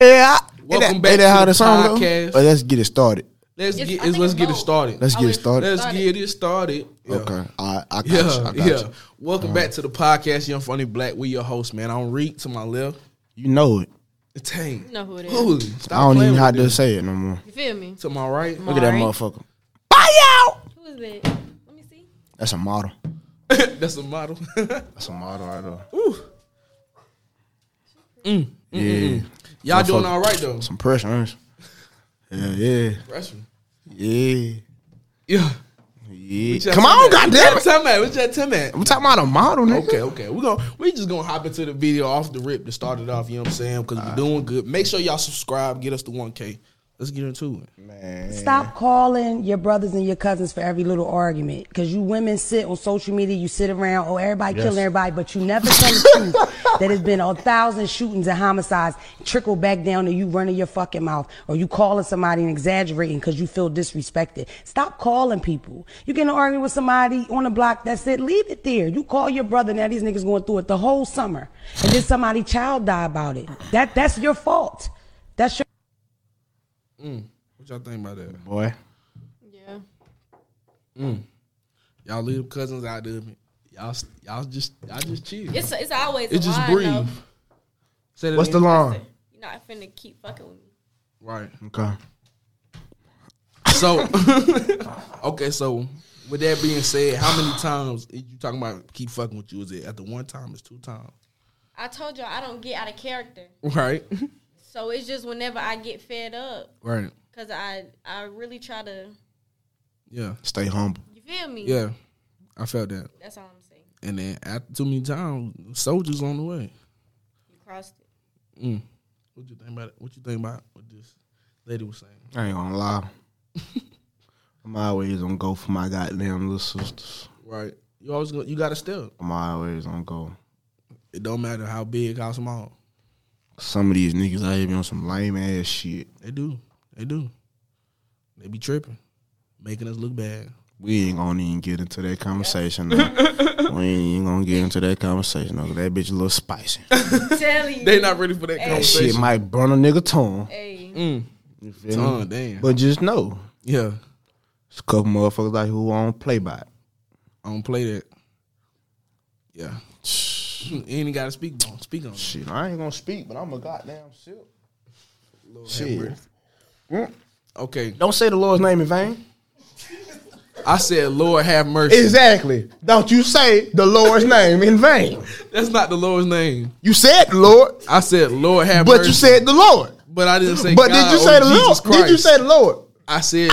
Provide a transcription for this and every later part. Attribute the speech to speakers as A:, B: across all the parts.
A: Yeah.
B: Welcome
A: Ain't
B: back
A: that
B: to
A: how
B: the
A: song go?
B: podcast.
A: Oh, let's get it started.
B: Let's
C: It's- I
B: get
C: think
B: let's
C: it's
B: get it
C: both.
B: started.
A: Let's
C: Oh,
A: get it
C: it's-
A: started.
B: Let's
C: Started.
B: get it started. Yeah.
A: Okay. I I got you.
B: Yeah,
A: I got
B: yeah.
A: you.
B: Welcome back to the podcast, Young Funny Black. We your host, man. I'm Reed to my left.
A: You know it.
B: It's Tank.
C: know who it is.
B: Holy, stop
A: I don't
B: playing
A: even know
B: with
A: how
B: this.
A: to say it no more.
C: You feel me?
B: To my right.
C: Look
A: Look at that
C: Alright.
A: motherfucker.
C: Who is that? Let me see.
A: That's a model.
B: That's a model.
A: That's a model right there.
B: Ooh. Mm,
A: Yeah.
B: Y'all
A: Motherfucker.
B: doing all right though.
A: Some pressure, ain't you? Yeah,
B: Freshman.
A: yeah.
B: Yeah.
A: Yeah. Yeah.
B: What
A: Come
B: y'all
A: on,
B: talking
A: goddamn it.
B: about? What y'all talking about? What y'all talking
A: I'm talking about a model, nigga.
B: about? Okay, okay. We're gonna we just gonna hop into the video off the rip to start it off, you know what I'm saying? Because we're doing good. Make sure y'all subscribe, get us to 1K. Let's get into it.
A: Man.
D: Stop calling your brothers and your cousins for every little argument. Because you women sit on social media, you sit around, oh, everybody killing everybody, but you never tell the truth that it's been a thousand shootings and homicides trickle back down to you running your fucking mouth or you calling somebody and exaggerating because you feel disrespected. Stop calling people. You get in an argument with somebody on the block, that's it. Leave it there. You call your brother, now these niggas going through it the whole summer. And then somebody child die about it. That, that's your fault. That's your
B: Mm. What y'all think about that?
A: Boy.
C: Yeah.
B: Y'all leave them cousins out of it. Y'all, s- y'all just, y'all just chill.
C: It's it's always
B: it
C: a
B: just
C: line,
B: breathe.
C: though.
B: Say that
A: What's the
B: again.
A: line?
C: You're not finna keep fucking with me.
B: Right.
A: Okay.
B: So, okay. So, with that being said, how many times is you talking about keep fucking with you? Is it at the one time? It's two times.
C: I told y'all I don't get out of character.
B: Right.
C: So it's just whenever I get fed up,
B: Right.
C: cause I I really try to.
B: Yeah.
A: Stay humble.
C: You feel me?
B: Yeah. I felt that.
C: That's all I'm saying.
B: And then after too many times, soldiers on the way.
C: You crossed it.
B: Mm. What you think about it? What you think about what this lady was saying?
A: I ain't gonna lie. I'm always gonna go for my goddamn little sisters.
B: Right. You always go, you got to step.
A: I'm always gonna go.
B: It don't matter how big, how small.
A: Some of these niggas out here be on some lame ass shit.
B: They do. They do. They be tripping, making us look bad.
A: We ain't gonna even get into that conversation. though. we ain't even gonna get into that conversation. though, 'cause That bitch a little spicy.
C: Tell you.
B: They not ready for
A: That
B: that
A: shit
B: conversation.
A: might burn a nigga tongue.
C: Hey.
B: Mm.
A: You feel me?
B: Ton, damn.
A: But just know,
B: yeah,
A: it's a couple motherfuckers out here who won't play by it.
B: I don't play that. Yeah, you ain't got to speak on. Speak on. it.
A: Shit, I ain't gonna speak, but I'm a goddamn sip.
B: Lord have
A: Shit.
B: mercy. Okay,
A: Don't say the Lord's name in vain.
B: I said, Lord have mercy.
A: Exactly. Don't you say the Lord's name in vain.
B: That's not the Lord's name.
A: You said the Lord,
B: I said, Lord have
A: but
B: mercy.
A: you said the Lord.
B: but I didn't say.
A: But
B: God
A: did you
B: or
A: say the Lord?
B: Jesus Christ.
A: Did you say the Lord?
B: I said,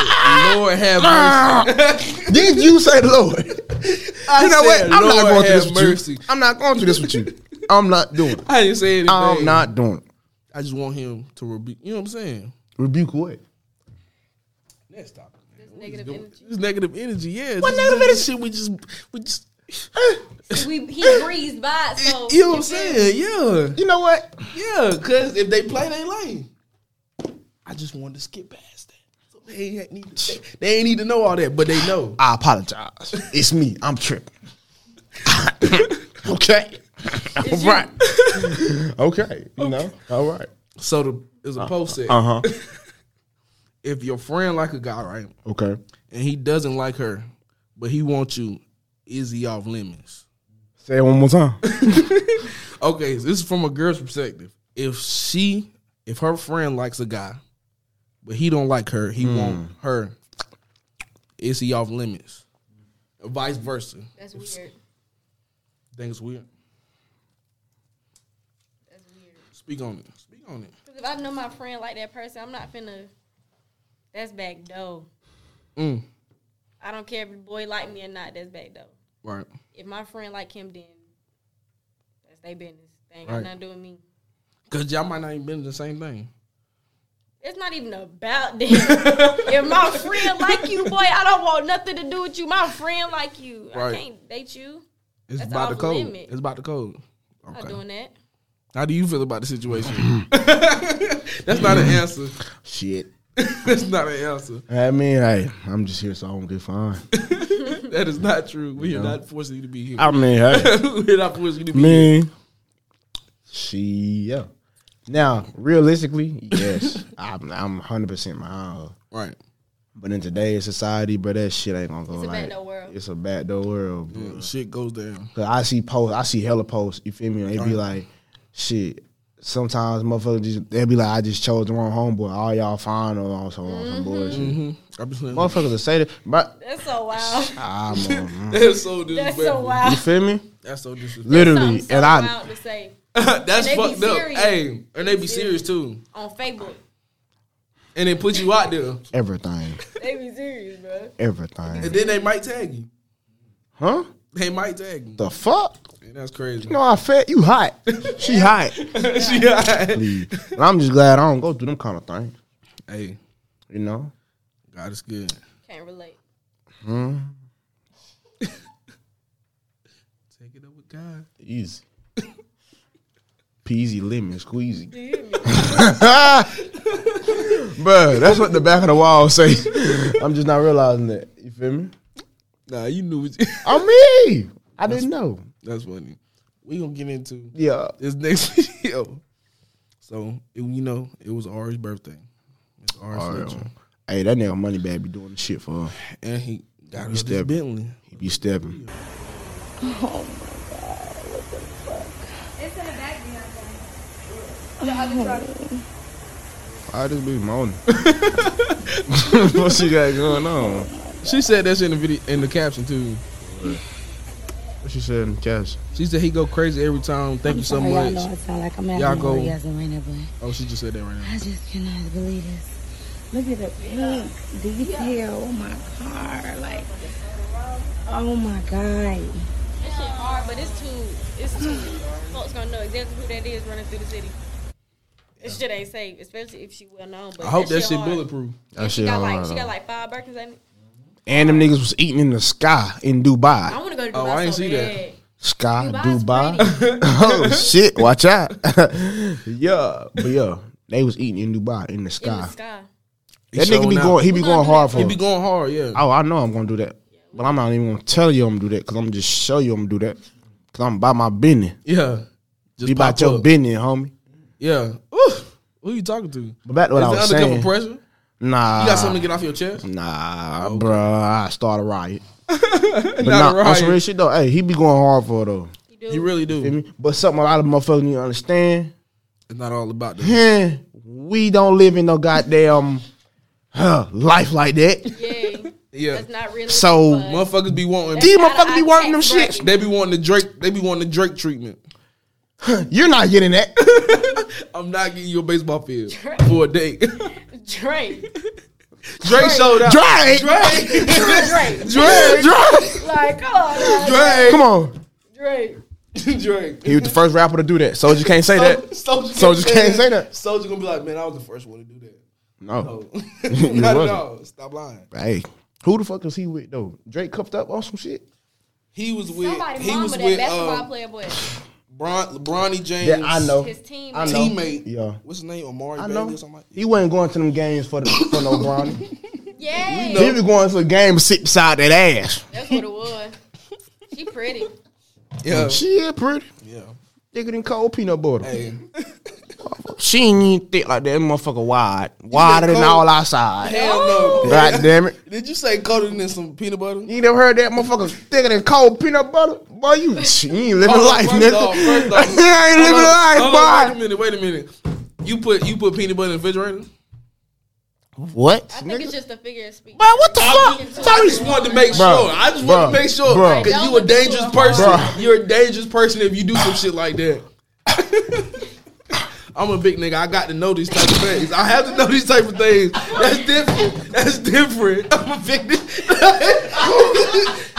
B: Lord have mercy.
A: Did you say the Lord?
B: I
A: you know what?
B: said,
A: I'm
B: Lord
A: not going through
B: have
A: this
B: mercy.
A: with you. I'm not going through this with you. I'm not doing it.
B: I didn't say anything.
A: I'm not doing it.
B: I just want him to rebuke. You know what I'm saying?
A: Rebuke what?
B: Next topic. man. What
C: negative
B: is going-
C: energy.
B: This negative energy. Yeah.
A: What
B: this-
A: negative
B: this Shit. We just. We just. eh,
C: We he breezed by. it, So
B: you know what I'm
C: feel me?
B: saying? Yeah.
A: You know what?
B: Yeah, because if they play, they lame. I just wanted to skip past that. So they ain't need to, they, they ain't need to know all that, but they know.
A: I apologize. It's me. I'm tripping. okay. All right. okay. You know. All right.
B: So the is a post that
A: Uh huh.
B: if your friend like a guy, right,
A: Okay.
B: and he doesn't like her, but he wants you, is he off limits?
A: Say it one more time.
B: Okay, so this is from a girl's perspective. If she, if her friend likes a guy, but he don't like her, he want her, is he off limits? Or vice versa.
C: That's weird.
B: Think it's weird.
C: That's weird.
B: Speak on it. Speak on it.
C: Cause if I know my friend like that person, I'm not finna. That's back though.
B: Mm.
C: I don't care if the boy like me or not. That's back though.
B: Right.
C: If my friend like him, then that's their business. They ain't
B: Right.
C: got nothing to do with me.
B: Cause y'all might not even been the same thing.
C: It's not even about that. if my friend like you, boy, I don't want nothing to do with you. My friend like you.
B: Right.
C: I can't date you.
B: It's
C: That's
B: about the
C: off
B: code.
C: limit.
B: It's about the code.
C: I'm not doing that.
B: How do you feel about the situation? That's not an answer.
A: Shit.
B: That's not an answer.
A: I mean, hey, I'm just here so I won't get fined.
B: That is not true. We are not forcing you to be here.
A: I mean, hey.
B: We're not forcing you to be here.
A: mean, she yeah. Now, realistically, yes, I'm I'm 100 percent behind her.
B: Right.
A: But in today's society, bro, that shit ain't gonna go
C: It's a
A: like
C: bad old world.
A: it's a bad door world. Bro.
B: Shit goes down.
A: Cause I see posts, I see hella posts. You feel me? They be like, shit. Sometimes motherfuckers just they be like, I just chose the wrong homeboy. All y'all fine or on some, on some
C: Mm-hmm.
A: bullshit.
B: I be saying
A: Motherfuckers will say that, but
C: That's so wild.
A: I'm, um,
B: that's so
C: That's so
B: disrespectful.
A: you
C: wild.
A: feel me?
B: That's so disrespectful.
A: Literally,
C: Something so
A: and I
C: wild to say
B: that's
C: And they be
B: fucked up.
C: serious.
B: Hey, and they be serious too,
C: on Facebook.
B: and they put you out there,
A: everything,
C: They be serious, bro.
A: everything,
B: and then they might tag you.
A: huh?
B: They might tag you.
A: The fuck?
B: And that's crazy.
A: No, I fat. You hot? She hot.
B: Yeah.
A: and I'm just glad I don't go through them kind of things.
B: hey,
A: You know,
B: God is good.
C: Can't relate.
B: Take it up with God.
A: easy, peasy lemon squeezy.
C: You hear me?
A: Bruh, that's what the back of the wall say. I'm just not realizing that. You feel me?
B: Nah, you knew. What you,
A: I'm me. I didn't know.
B: that's funny. We gonna get into
A: Yeah.
B: this next video. So it, you know, it was Ari's birthday. It's Ari's
A: Alright.
B: birthday.
A: Hey, that nigga Moneybag be doing the shit for her.
B: and he got
A: He's
B: us this
A: dead.
B: Bentley.
A: He be stepping.
C: Oh,
A: I just be moaning. what she got going on?
B: She said that's in the video in the caption too.
A: What she said in the cash?
B: She said he go crazy every time. Thank you so
D: Sorry, Y'all
B: much.
D: know I sound like I'm
B: Y'all
D: having
B: go-
D: an orgasm right now, but
B: Oh, she just said that right now.
D: I just cannot believe this. Look at the pink detail on my car. Like, oh my God.
C: That shit hard, but it's too. It's too. Folks gonna know exactly who that is running through the city. This shit ain't safe, especially if she well known. But
B: I hope that shit
C: hard.
B: bulletproof.
A: That
C: She
A: shit
C: got
A: hard.
C: like she
A: though.
C: got like five Birkins in it.
A: and them niggas was eating in the sky in
C: I
A: Dubai.
C: want to go to Dubai.
B: Oh, I ain't
C: so
B: see that.
C: bad.
A: Sky,
C: Dubai's
A: Dubai.
C: pretty.
A: oh shit! Watch out. yeah, but yeah, they was eating in Dubai in the
C: In
A: sky.
C: the sky.
A: That nigga be
B: showing out.
A: going. He be
C: Who
A: going
C: gonna do
A: hard
C: that?
A: for.
B: He
A: her.
B: be going hard, yeah.
A: oh, I know I'm gonna do that, but I'm not even gonna tell you I'm gonna do that because I'm just show you I'm gonna do that because I'm about my business.
B: yeah. Just
A: Be about
B: pop
A: your
B: up.
A: business, homie.
B: Yeah. Ooh, who you talking to?
A: But back to what
B: Is
A: I
B: it
A: was
B: undercover
A: saying.
B: pressure? You
A: nah,
B: got something to get off your chest?
A: nah, bruh, I start a riot. But
B: Not
A: nah,
B: a
A: on some
B: riot.
A: real shit though. Hey, he be going hard for her though.
C: You do.
B: You really
A: Feel
B: do.
A: me? But something a lot of motherfuckers need to understand.
B: It's not all about that.
A: Heh, we don't live in no goddamn huh, life like that.
C: yeah.
B: Yeah.
C: That's not really.
A: So,
B: Motherfuckers be wanting
A: These
C: Outta
A: motherfuckers be
C: our
A: wanting them
C: tax
A: shits.
B: they be wanting the Drake they be wanting the Drake treatment.
A: You're not getting that.
B: I'm not getting you a baseball field for a day. Drake
C: Drake.
B: showed out.
A: Drake.
B: Drake.
C: Drake.
B: Drake.
A: Drake.
C: Like, come on. man.
B: Drake.
A: Come on.
C: Drake.
B: Drake.
A: He was the first rapper to do that. So you can't say that.
B: Soldier
A: Soulja can't say that.
B: Soldier gonna be like, man, I was the first one to do that.
A: No.
B: No,
A: You
B: Oh. not at
A: wasn't.
B: all. Stop lying.
A: Hey. Who the fuck was he with though? Drake cuffed up on some shit?
B: He was with
C: Somebody
B: he
C: mama
B: was
C: that
B: with
C: basketball
B: um,
C: player boy.
B: Bron, Bronny James.
A: Yeah, I know.
C: His team.
A: I know.
B: Teammate.
A: Yeah.
B: What's his name? Amari
A: I
B: Bailey
A: know.
B: or something. like-
A: He wasn't going to them games for the for no Bronny.
C: Yeah.
A: He was going to a game to sit beside that ass.
C: That's what it was. She pretty.
B: Yeah.
A: She is pretty.
B: Yeah.
A: Thicker than cold peanut butter.
B: Hey.
A: She ain't even thick like that motherfucker wide. Wider than
B: cold.
A: all outside.
B: Hell
C: Oh.
B: no.
A: God damn it.
B: Did you say colder than some peanut butter?
A: You ain't never heard that motherfucker thicker than cold peanut butter? Boy, you, you ain't living
B: Hold on,
A: life,
B: first
A: nigga.
B: off,
A: you ain't
B: first off.
A: living
B: Hold on, hold on,
A: life,
B: Wait a minute. Wait a minute. You put you put peanut butter in the refrigerator.
A: boy. What?
C: I think it's just a figure of speech.
A: Bro, what the
C: I'm
A: fuck?
C: getting to-
A: Sorry,
B: I just wanted to make
A: Bruh,
B: sure. I just wanted
A: bruh,
B: to make sure
A: bruh.
B: because
C: Don't
B: you a
C: do it
B: dangerous
C: hard.
B: person.
A: Bruh.
B: You're a dangerous person if you do some shit like that. I'm a big nigga. I got to know these type of things. I have to know these type of things. That's different. That's different. I'm a big nigga.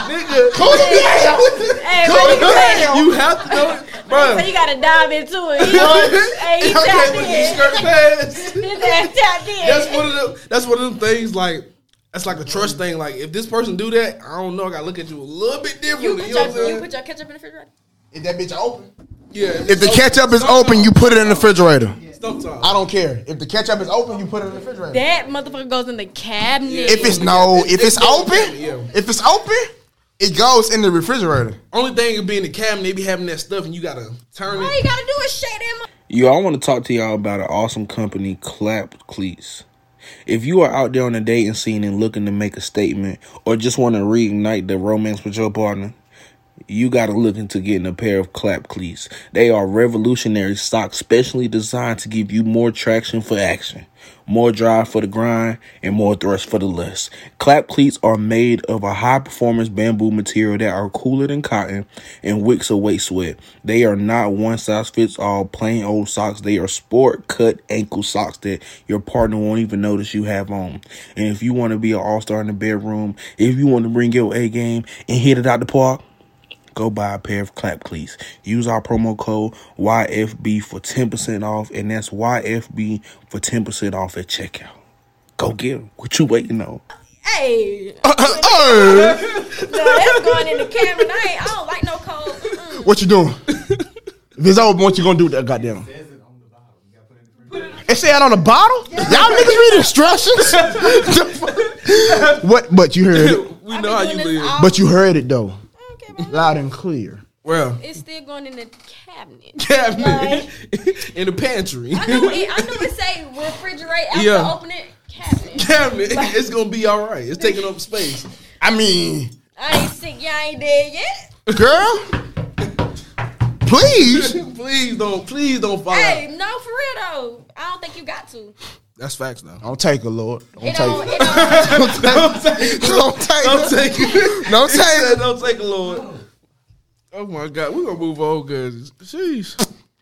B: nigga.
C: Hey, what you say?
B: You have to know it, bro.
C: So you gotta dive into it. You know? hey,
B: I
C: he
B: can't
C: tapped
B: with these
C: in.
B: skirt pants.
C: His ass tapped in.
B: That's one of them. That's one of them things. Like that's like a
C: Mm.
B: trust thing. Like if this person do that, I don't know. I gotta look at you a little bit
C: You
B: differently.
C: put
B: You, know what I'm
C: your, you
B: saying?
C: put your ketchup in the refrigerator.
B: if that bitch open, yeah.
A: If the ketchup is open, you put it in the refrigerator.
B: sometimes
A: I don't care. If the ketchup is open, you put it in the refrigerator.
C: That motherfucker goes in the cabinet.
A: If it's no, if it's
B: Yeah.
A: open, if it's open, it goes in the refrigerator.
B: only thing it be in the cabinet, they be having that stuff, and you gotta turn
C: all
B: it.
C: you gotta do is shake that.
E: Yo, I want to talk to y'all about an awesome company, Clap Cleats. If you are out there on the dating scene and looking to make a statement or just want to reignite the romance with your partner, you got to look into getting a pair of clap cleats. They are revolutionary socks specially designed to give you more traction for action, more drive for the grind, and more thrust for the lust. Clap cleats are made of a high performance bamboo material that are cooler than cotton and wicks away sweat. They are not one size fits all plain old socks. They are sport cut ankle socks that your partner won't even notice you have on. And if you want to be an all star in the bedroom, if you want to bring your A game and hit it out the park, go buy a pair of clap cleats. Use our promo code YFB for 10% off, and that's YFB for 10% off at checkout. Go get them. What you waiting on?
C: Hey,
A: Hey,
C: no, that's going in the camera. I, ain't, I don't like no cold. Mm-mm.
A: what you doing? if it's over, what you gonna do with that goddamn? It said on the bottle. Y'all niggas read instructions. The fuck? what? But you heard it.
B: we
C: I've
B: know
C: been
B: how
C: doing
B: you
C: this
B: live.
C: all-
A: But you heard it though,
C: I don't care about that.
A: loud and clear.
B: Well,
C: It's still going in the cabinet.
B: cabinet in the pantry.
C: I knew it. I knew it say refrigerate after
B: Yeah.
C: open it. Cabinet.
B: Cabinet. It's gonna be all right. It's taking up space.
A: I mean,
C: I ain't sick. Y'all ain't dead yet.
A: girl, please.
B: please don't. Please don't fall. out.
C: Hey, no, for real though. I don't think you got to.
B: That's facts now.
A: Don't take it, Lord. Don't
C: It
A: take
C: don't.
A: it.
C: It don't.
A: Don't take it. Don't
B: Don't
A: take it.
B: take it.
A: Don't
B: He
A: take
B: said,
A: it.
B: Don't take it, Lord. Oh my God, we're gonna move on because sheesh.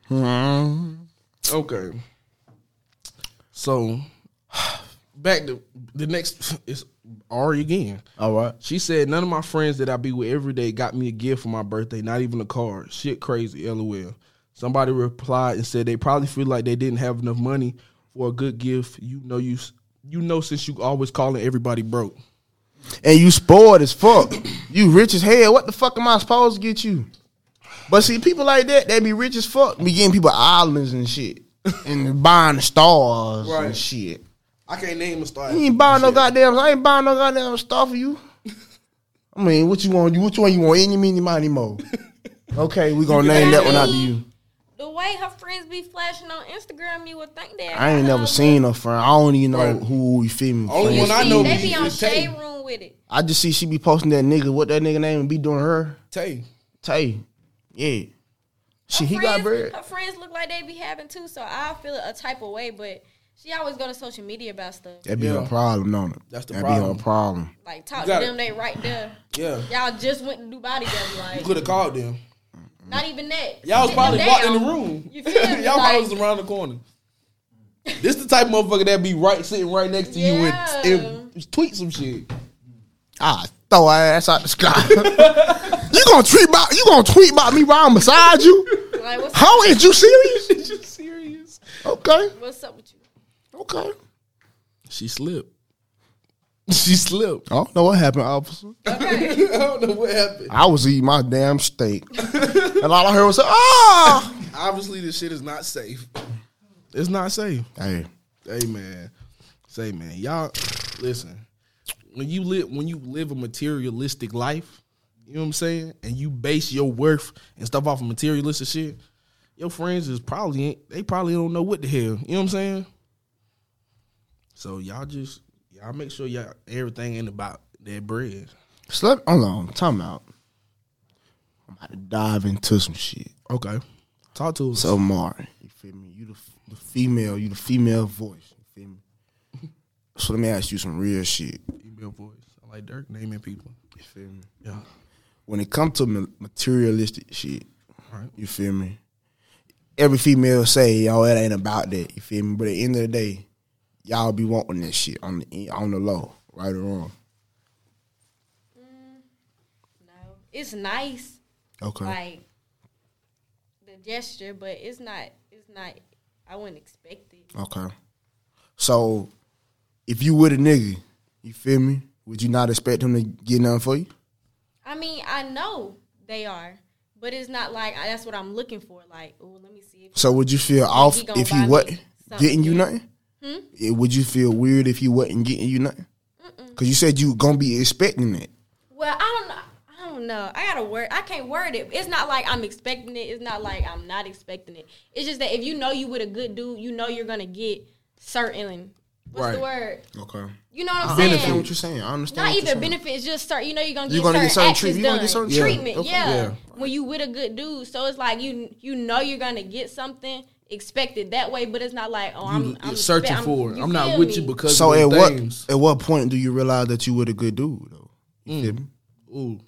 B: Hmm. Okay. So back to the next is Ari again.
A: All right.
B: She said none of my friends that I be with every day got me a gift for my birthday, not even a card. Shit crazy, lol. Somebody replied and said they probably feel like they didn't have enough money for a good gift. You know you s- you know since you always calling everybody broke.
A: and you spoiled as fuck. You rich as hell. What the fuck am I supposed to get you? But see, people like that, they be rich as fuck. Be getting people islands and shit, and buying stars
B: Right.
A: and shit.
B: I can't name a star.
A: You ain't buying no goddamn. I ain't buying no goddamn star for you. I mean, what you want? You which one you want? Any, mini, money, mo. Okay, we gonna name that one after you.
C: The way her friends be flashing on Instagram, you would think that. Uh,
A: I ain't never seen her friend. I don't even know who you feel me.
B: Only
A: friend.
B: one I
C: See,
B: know
C: they
B: is-
C: be on
B: is Tay.
C: shade room with it.
A: I just see she be posting that nigga. What that nigga name be doing her?
B: Tay.
A: Tay. Yeah. She
C: Her
A: he got
C: friends-
A: bread.
C: Her friends look like they be having too, so I feel a type of way. But she always go to social media about stuff.
A: That be
B: Yeah.
A: her problem, don't it?
B: That's the
A: that
B: problem.
A: be her problem.
C: Like talk
B: You
C: to
B: gotta-
C: them, they right there.
B: Yeah.
C: Y'all just went to Dubai together, like
B: Could have called them.
C: not even that.
B: Y'all was
C: Sit
B: probably
C: them
B: walked in the
C: down.
B: room.
C: You feel me?
B: Y'all probably
C: Like-
B: was around the corner. This the type of motherfucker that be right sitting right next to you and, and tweet some shit.
A: I Ah, throw her ass out the sky. you gonna tweet about you gonna tweet about me while I'm beside you?
C: Like what's
A: How is you serious?
B: Is you serious?
A: Okay,
C: what's up with you?
A: okay.
B: She slipped. She slipped.
A: I don't know what happened, officer.
B: I don't know what happened.
A: I was eating my damn steak, and all I heard was ah.
B: Obviously, this shit is not safe. It's not safe.
A: Hey,
B: Hey man, say man, y'all listen. When you live when you live a materialistic life, you know what I'm saying, and you base your worth and stuff off of materialistic shit, your friends is probably ain't, they probably don't know what the hell. You know what I'm saying? So y'all just y'all make sure y'all everything ain't about that bread.
A: slept. Hold on, time out. I'm about to dive into some shit.
B: Okay, talk to us.
A: So Martin, you feel me? You the, the female, you the female voice. You feel me? So let me ask you some real shit.
B: Email voice. I like Dirk naming people.
A: You feel me?
B: Yeah,
A: when it comes to ma- materialistic shit,
B: Right.
A: you feel me? Every female say, "Yo, it ain't about that." You feel me? But at the end of the day, y'all be wanting that shit on the e, on the low, right or wrong.
C: No, it's nice,
A: Okay.
C: like the gesture, but it's not. It's not. I wouldn't expect it.
A: Okay. So, if you with a nigga, you feel me? Would you not expect him to get nothing for you?
C: I mean, I know they are, but it's not like I, that's what I'm looking for. Like, oh, let me see. If,
A: So would you feel off
C: he gonna
A: if
C: buy
A: he
C: me
A: what
C: something. Hmm?
A: getting you nothing? Eh, Would you feel weird if he wasn't getting you nothing? Because you said you gonna be expecting it.
C: well, I don't know. I don't don't know. I gotta word. I can't word it. It's not like I'm expecting it. It's not like I'm not expecting it. It's just that if you know you with a good dude, you know you're gonna get certain. What's
B: Right.
C: the word?
A: Okay.
C: You know what
A: I
C: I'm
A: understand
C: saying?
A: what you're saying. I understand.
C: Not
A: what you're
C: even
A: saying.
C: benefits, just certain. You know, you're gonna get,
A: You're gonna get certain
C: certain,
A: treat-
C: actions
A: you're gonna
C: done.
A: get certain
B: Yeah.
A: treatment.
C: treatment.
A: Okay.
C: Yeah.
B: Yeah.
C: when you with a good dude, so it's like you you know you're gonna get something expected that way, but it's not like oh I'm,
B: you,
C: I'm
B: are
C: expect-
B: searching for it.
C: you
B: I'm not
C: feel
B: with
C: me?
B: you because
A: So
B: of
A: at
B: the
A: what
B: things.
A: at what point do you realize that you with a good dude though? You feel me?
B: Ooh,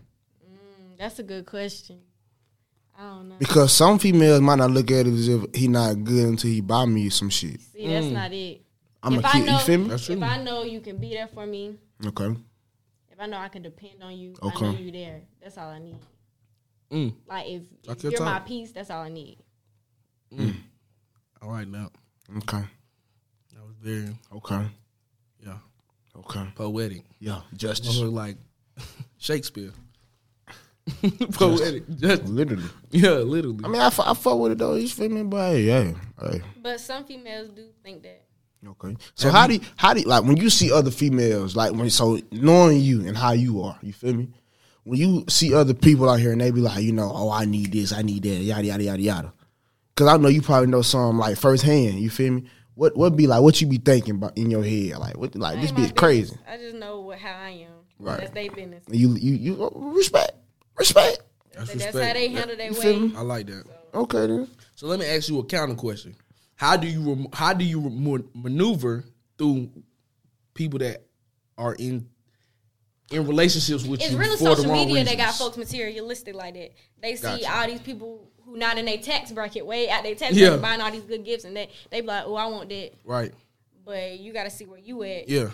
C: That's a good question. I don't know.
A: Because some females might not look at it as if he not good until he buy me some shit.
C: See, that's not it.
A: I'm
C: if
A: a
C: I
A: kid. You
C: know,
A: feel me?
B: That's
C: if
B: true.
C: I know you can be there for me,
A: Okay.
C: if I know I can depend on you,
A: Okay.
C: I know you there. That's all I need.
B: Mm.
C: Like if,
B: Like
C: if
B: your
C: you're my
B: time.
C: piece, that's all I need.
B: all right now
A: Okay.
B: that was very
A: Okay.
B: yeah
A: Okay.
B: poetic.
A: Yeah. Justice.
B: Motherfucker like Shakespeare. poetic, just
A: Literally.
B: yeah, literally.
A: I mean, I, fu- I fuck with it though. You feel me? But hey, hey, hey.
C: But some females do think that.
A: Okay. So how do you, how do you, like when you see other females like when so knowing you and how you are, you feel me? When you see other people out here and they be like, you know, oh I need this, I need that, yada yada yada yada. Cause I know you probably know some like firsthand, you feel me? What what be like what you be thinking about in your head? Like what like this
C: Ain't my
A: bitch crazy.
C: business. I just know what, how I am.
A: Right.
C: That's their business.
A: You you you oh, respect. Respect.
B: That's
C: That's
B: respect.
C: how they handle their
A: You feel
C: way.
A: me?
B: I like that.
A: Okay then.
B: So let me ask you a counter question: How do you rem- how do you rem- maneuver through people that are in in relationships with
C: It's
B: you
C: really
B: for the
C: social
B: wrong
C: media that got
B: reasons?
C: folks materialistic like that. They see
B: Gotcha.
C: all these people who not in their tax bracket, way out their tax
B: Yeah.
C: bracket, buying all these good gifts, and that they be like, "Oh, I want that,"
B: Right.
C: but you got to see where you at.
B: Yeah.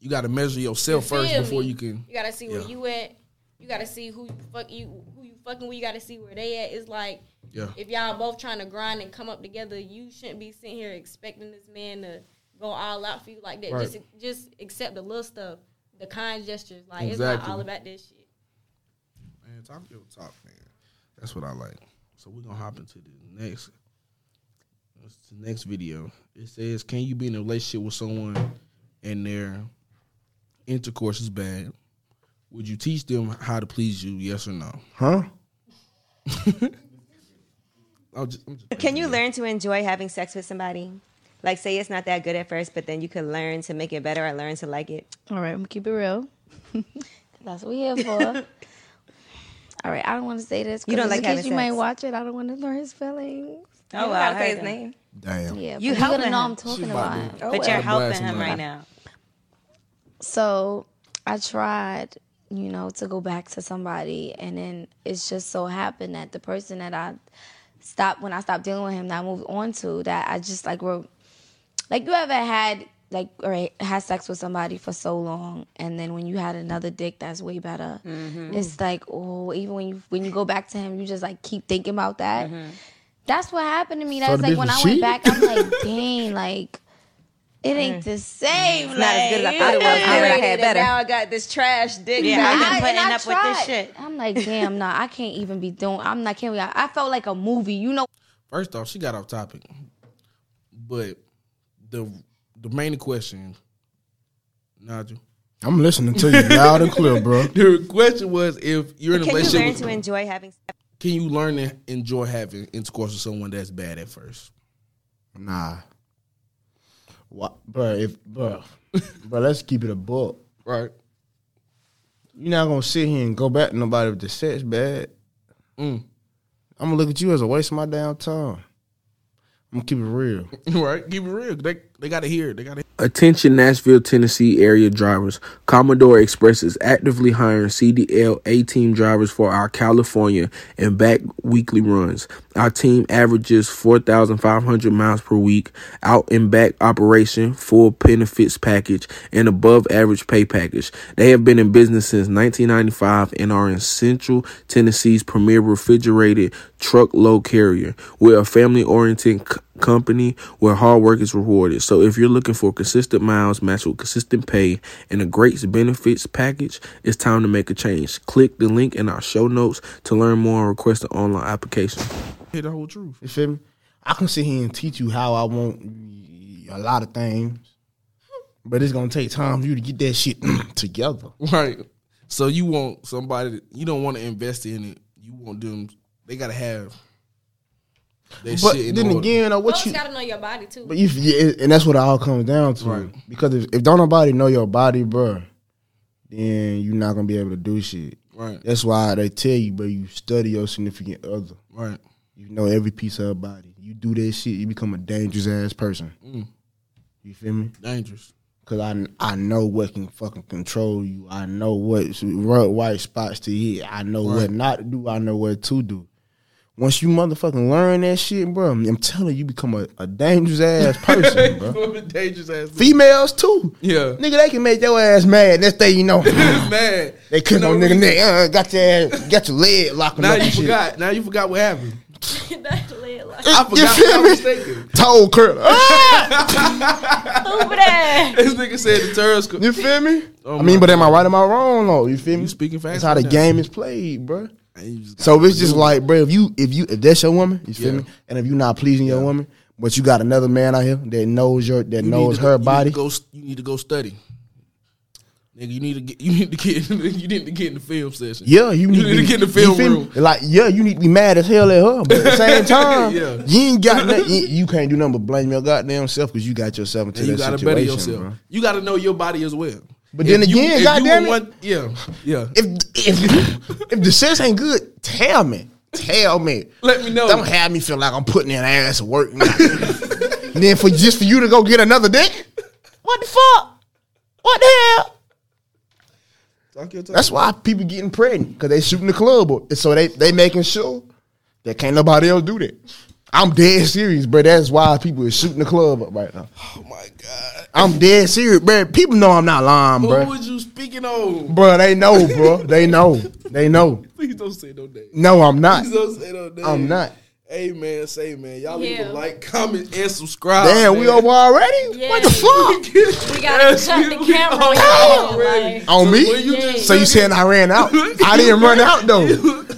B: You got to measure yourself first
C: Feel
B: before
C: me?
B: you can.
C: You gotta see where
B: Yeah.
C: you at. You gotta see who you fuck you who you fucking with. You gotta see where they at. It's like
B: Yeah.
C: if y'all both trying to grind and come up together, you shouldn't be sitting here expecting this man to go all out for you like that.
B: Right.
C: Just just accept the little stuff, the kind gestures. Like it's
B: Exactly.
C: not all about this shit.
B: Man, talk your talk, man. That's what I like. So we're gonna hop into the next what's the next video. It says, Can you be in a relationship with someone and their intercourse is bad? Would you teach them how to please you, yes or no?
A: Huh?
B: I'll just, I'm just
F: Can you learn to enjoy having sex with somebody? Like, say it's not that good at first, but then you could learn to make it better or learn to like it.
G: All right, I'm gonna keep it real. That's what we here for. All right, I don't want to say this. 'cause
F: You don't
G: just
F: like
G: in
F: having
G: case you might
F: sex.
G: watch it. I don't want to learn his feelings.
F: Oh, wow. Say his name.
A: Damn.
G: Yeah,
F: You
G: you
F: helping
G: gotta know
F: him.
G: I'm talking Oh, about. it.
F: but you're helping him
B: somebody.
F: right now.
G: So I tried, you know, to go back to somebody, and then it's just so happened that the person that I stopped when I stopped dealing with him, that I moved on to, that I just like were like you ever had like or had sex with somebody for so long and then when you had another dick that's way better it's like oh even when you when you go back to him you just like keep thinking about that that's what happened to me
A: the
G: that's like
A: bitch
G: when
A: was
G: i went
A: cheating?
G: back i'm like dang like it ain't the same
F: Not as good as I thought it was. I thought I had better.
H: I got this trash dick.
F: Yeah, I've been putting
G: and
F: up with this
G: tried.
F: shit.
G: I'm like, damn, nah, I can't even be doing. I'm not can't. be- I felt like a movie, you know.
B: First off, she got off topic. But the the main question, Nigel.
A: I'm listening to you loud and clear, bro.
B: The question was if you're in a
F: Can you
B: relationship
F: learn
B: with-
F: to enjoy having sex?
B: can you learn to enjoy having intercourse with someone that's bad at first?
A: Nah. What, bro? If bro, bro, let's keep it a book.
B: Right.
A: You're not gonna sit here and go back to nobody with the sex bad.
B: Mm.
A: I'm gonna look at you as a waste of my damn time. I'm gonna keep it real.
B: Right. Keep it real. They they gotta hear it. They gotta
E: Attention Nashville, Tennessee area drivers. Commodore Express is actively hiring CDL A team drivers for our California and back weekly runs. Our team averages 4,500 miles per week, out and back operation, full benefits package, and above average pay package. They have been in business since 1995 and are in Central Tennessee's premier refrigerated truckload carrier. We're a family oriented c- company where hard work is rewarded. So if you're looking for consistent miles matched with consistent pay and a great benefits package, it's time to make a change. Click the link in our show notes to learn more and request an online application.
B: hear the whole truth.
A: You feel me? I can sit here and teach you how I want a lot of things, but it's gonna take time for you to get that shit together.
B: Right. So you want somebody that, you don't want to invest in it. You want them. They gotta have. They
A: But
B: shit in
A: then
B: order.
A: again, uh, what
C: Folks
A: you?
C: gotta know your body too.
A: But if, yeah, and that's what it all comes down to. Because if, if don't nobody know your body, bruh, then you're not gonna be able to do shit.
B: right,
A: That's why they tell you, but you study your significant other.
B: right.
A: You know every piece of her body. You do that shit, you become a dangerous ass person.
B: Mm.
A: You feel me?
B: Dangerous.
A: Cause I I know what can fucking control you. I know what s- red white spots to hit. I know what not to do. I know what to do. Once you motherfucking learn that shit, bro, I'm telling you, you become a, a dangerous ass person, bro.
B: Dangerous ass.
A: Females too.
B: Yeah.
A: Nigga, they can make your ass mad. Next thing you know,
B: Man,
A: they cut
B: You
A: on
B: know,
A: nigga neck. Uh, got your ass, got your leg locked
B: Now
A: up.
B: you
A: and shit.
B: forgot. Now you forgot what happened.
C: That lid, like,
B: I
A: You
B: forgot.
A: feel
B: I
A: me?
B: was mistaken.
A: Toe curl. Ah!
C: stupid ass.
B: This nigga said the terrorist. co-
A: You feel me?
B: Oh
A: I mean,
B: my
A: but am I right? Am I wrong? Though you feel me?
B: You speaking facts
A: That's how the
B: right now.
A: game is played, bro.
B: And you just got-
A: So it's just like, bro, if you if you if that's your woman, you feel
B: Yeah.
A: me, and if you're not pleasing your woman, but you got another man out here that knows your that
B: you need
A: knows
B: to-
A: her
B: you need to
A: body.
B: go, s- you need to go study. Nigga, you need to get. You need to get. You need to get in the film session.
A: Yeah, you need,
B: need to
A: be-
B: get in the
A: you
B: film
A: feel me?
B: room.
A: Like, yeah, you need to be mad as hell at her, but at the same time,
B: Yeah.
A: you ain't got nothing. You, you can't do nothing but blame your goddamn self because you got yourself into
B: And you
A: that
B: gotta
A: situation,
B: better yourself.
A: bro.
B: You gotta know your body as well.
A: But then
B: you-
A: again,
B: if you
A: goddamn
B: were
A: it.
B: one- yeah, yeah.
A: If if if the sex ain't good, tell me, tell me.
B: Let me know.
A: Don't have me feel like I'm putting in ass work. Now. and then for just for you to go get another dick, what the fuck? What the hell?
B: Talk your talk.
A: That's why people getting pregnant because they shooting the club, up. and so they they making sure that can't nobody else do that. I'm dead serious, bro. That's why people is shooting the club up right now.
B: Oh my god.
A: I'm dead serious, bro. People know I'm not lying,
B: Who
A: bro.
B: was you speaking on?
A: Bro, they know, bro. They know. They know.
B: Please don't say no name.
A: No, I'm not.
B: Please don't say no name.
A: I'm not.
B: Hey man, say man. Y'all leave a
C: Yeah.
B: like, comment, and subscribe.
A: Damn, we
B: man.
A: over already? What the
C: Yeah.
A: fuck?
C: We gotta shut the
B: we
C: camera.
B: are
C: on.
B: already.
C: Like,
A: On me?
B: Well, you just
A: So you saying I ran out? I didn't run out though.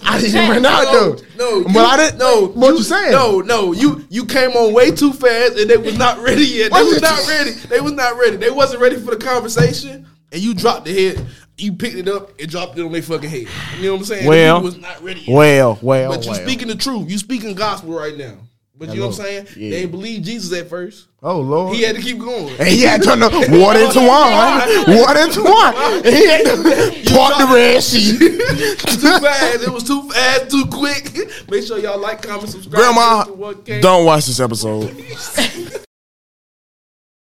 A: I didn't run out
B: no,
A: though.
B: no,
A: but
B: you-
A: I didn't.
B: No,
A: what you, saying?
B: No, no, you you came on way too fast, and they was not ready yet. They
A: What
B: was
A: you-
B: not ready. They was not ready. They wasn't ready for the conversation, and you dropped the head. You picked it up and dropped it on their fucking head. You know what I'm saying?
A: Well,
B: you was not ready. Yet.
A: Well, well,
B: but you
A: well.
B: speaking the truth. You speaking gospel right now. But you know what I'm saying?
A: Yeah.
B: They believed Jesus at first.
A: oh Lord.
B: He had to keep going.
A: and he had turned the water into wine. Water into wine. And he had to part the Red
B: too
A: Sea.
B: fast. It was too fast, too quick. Make sure y'all like, comment, subscribe.
A: Grandma,
B: Mr. 1K.
A: don't watch this episode.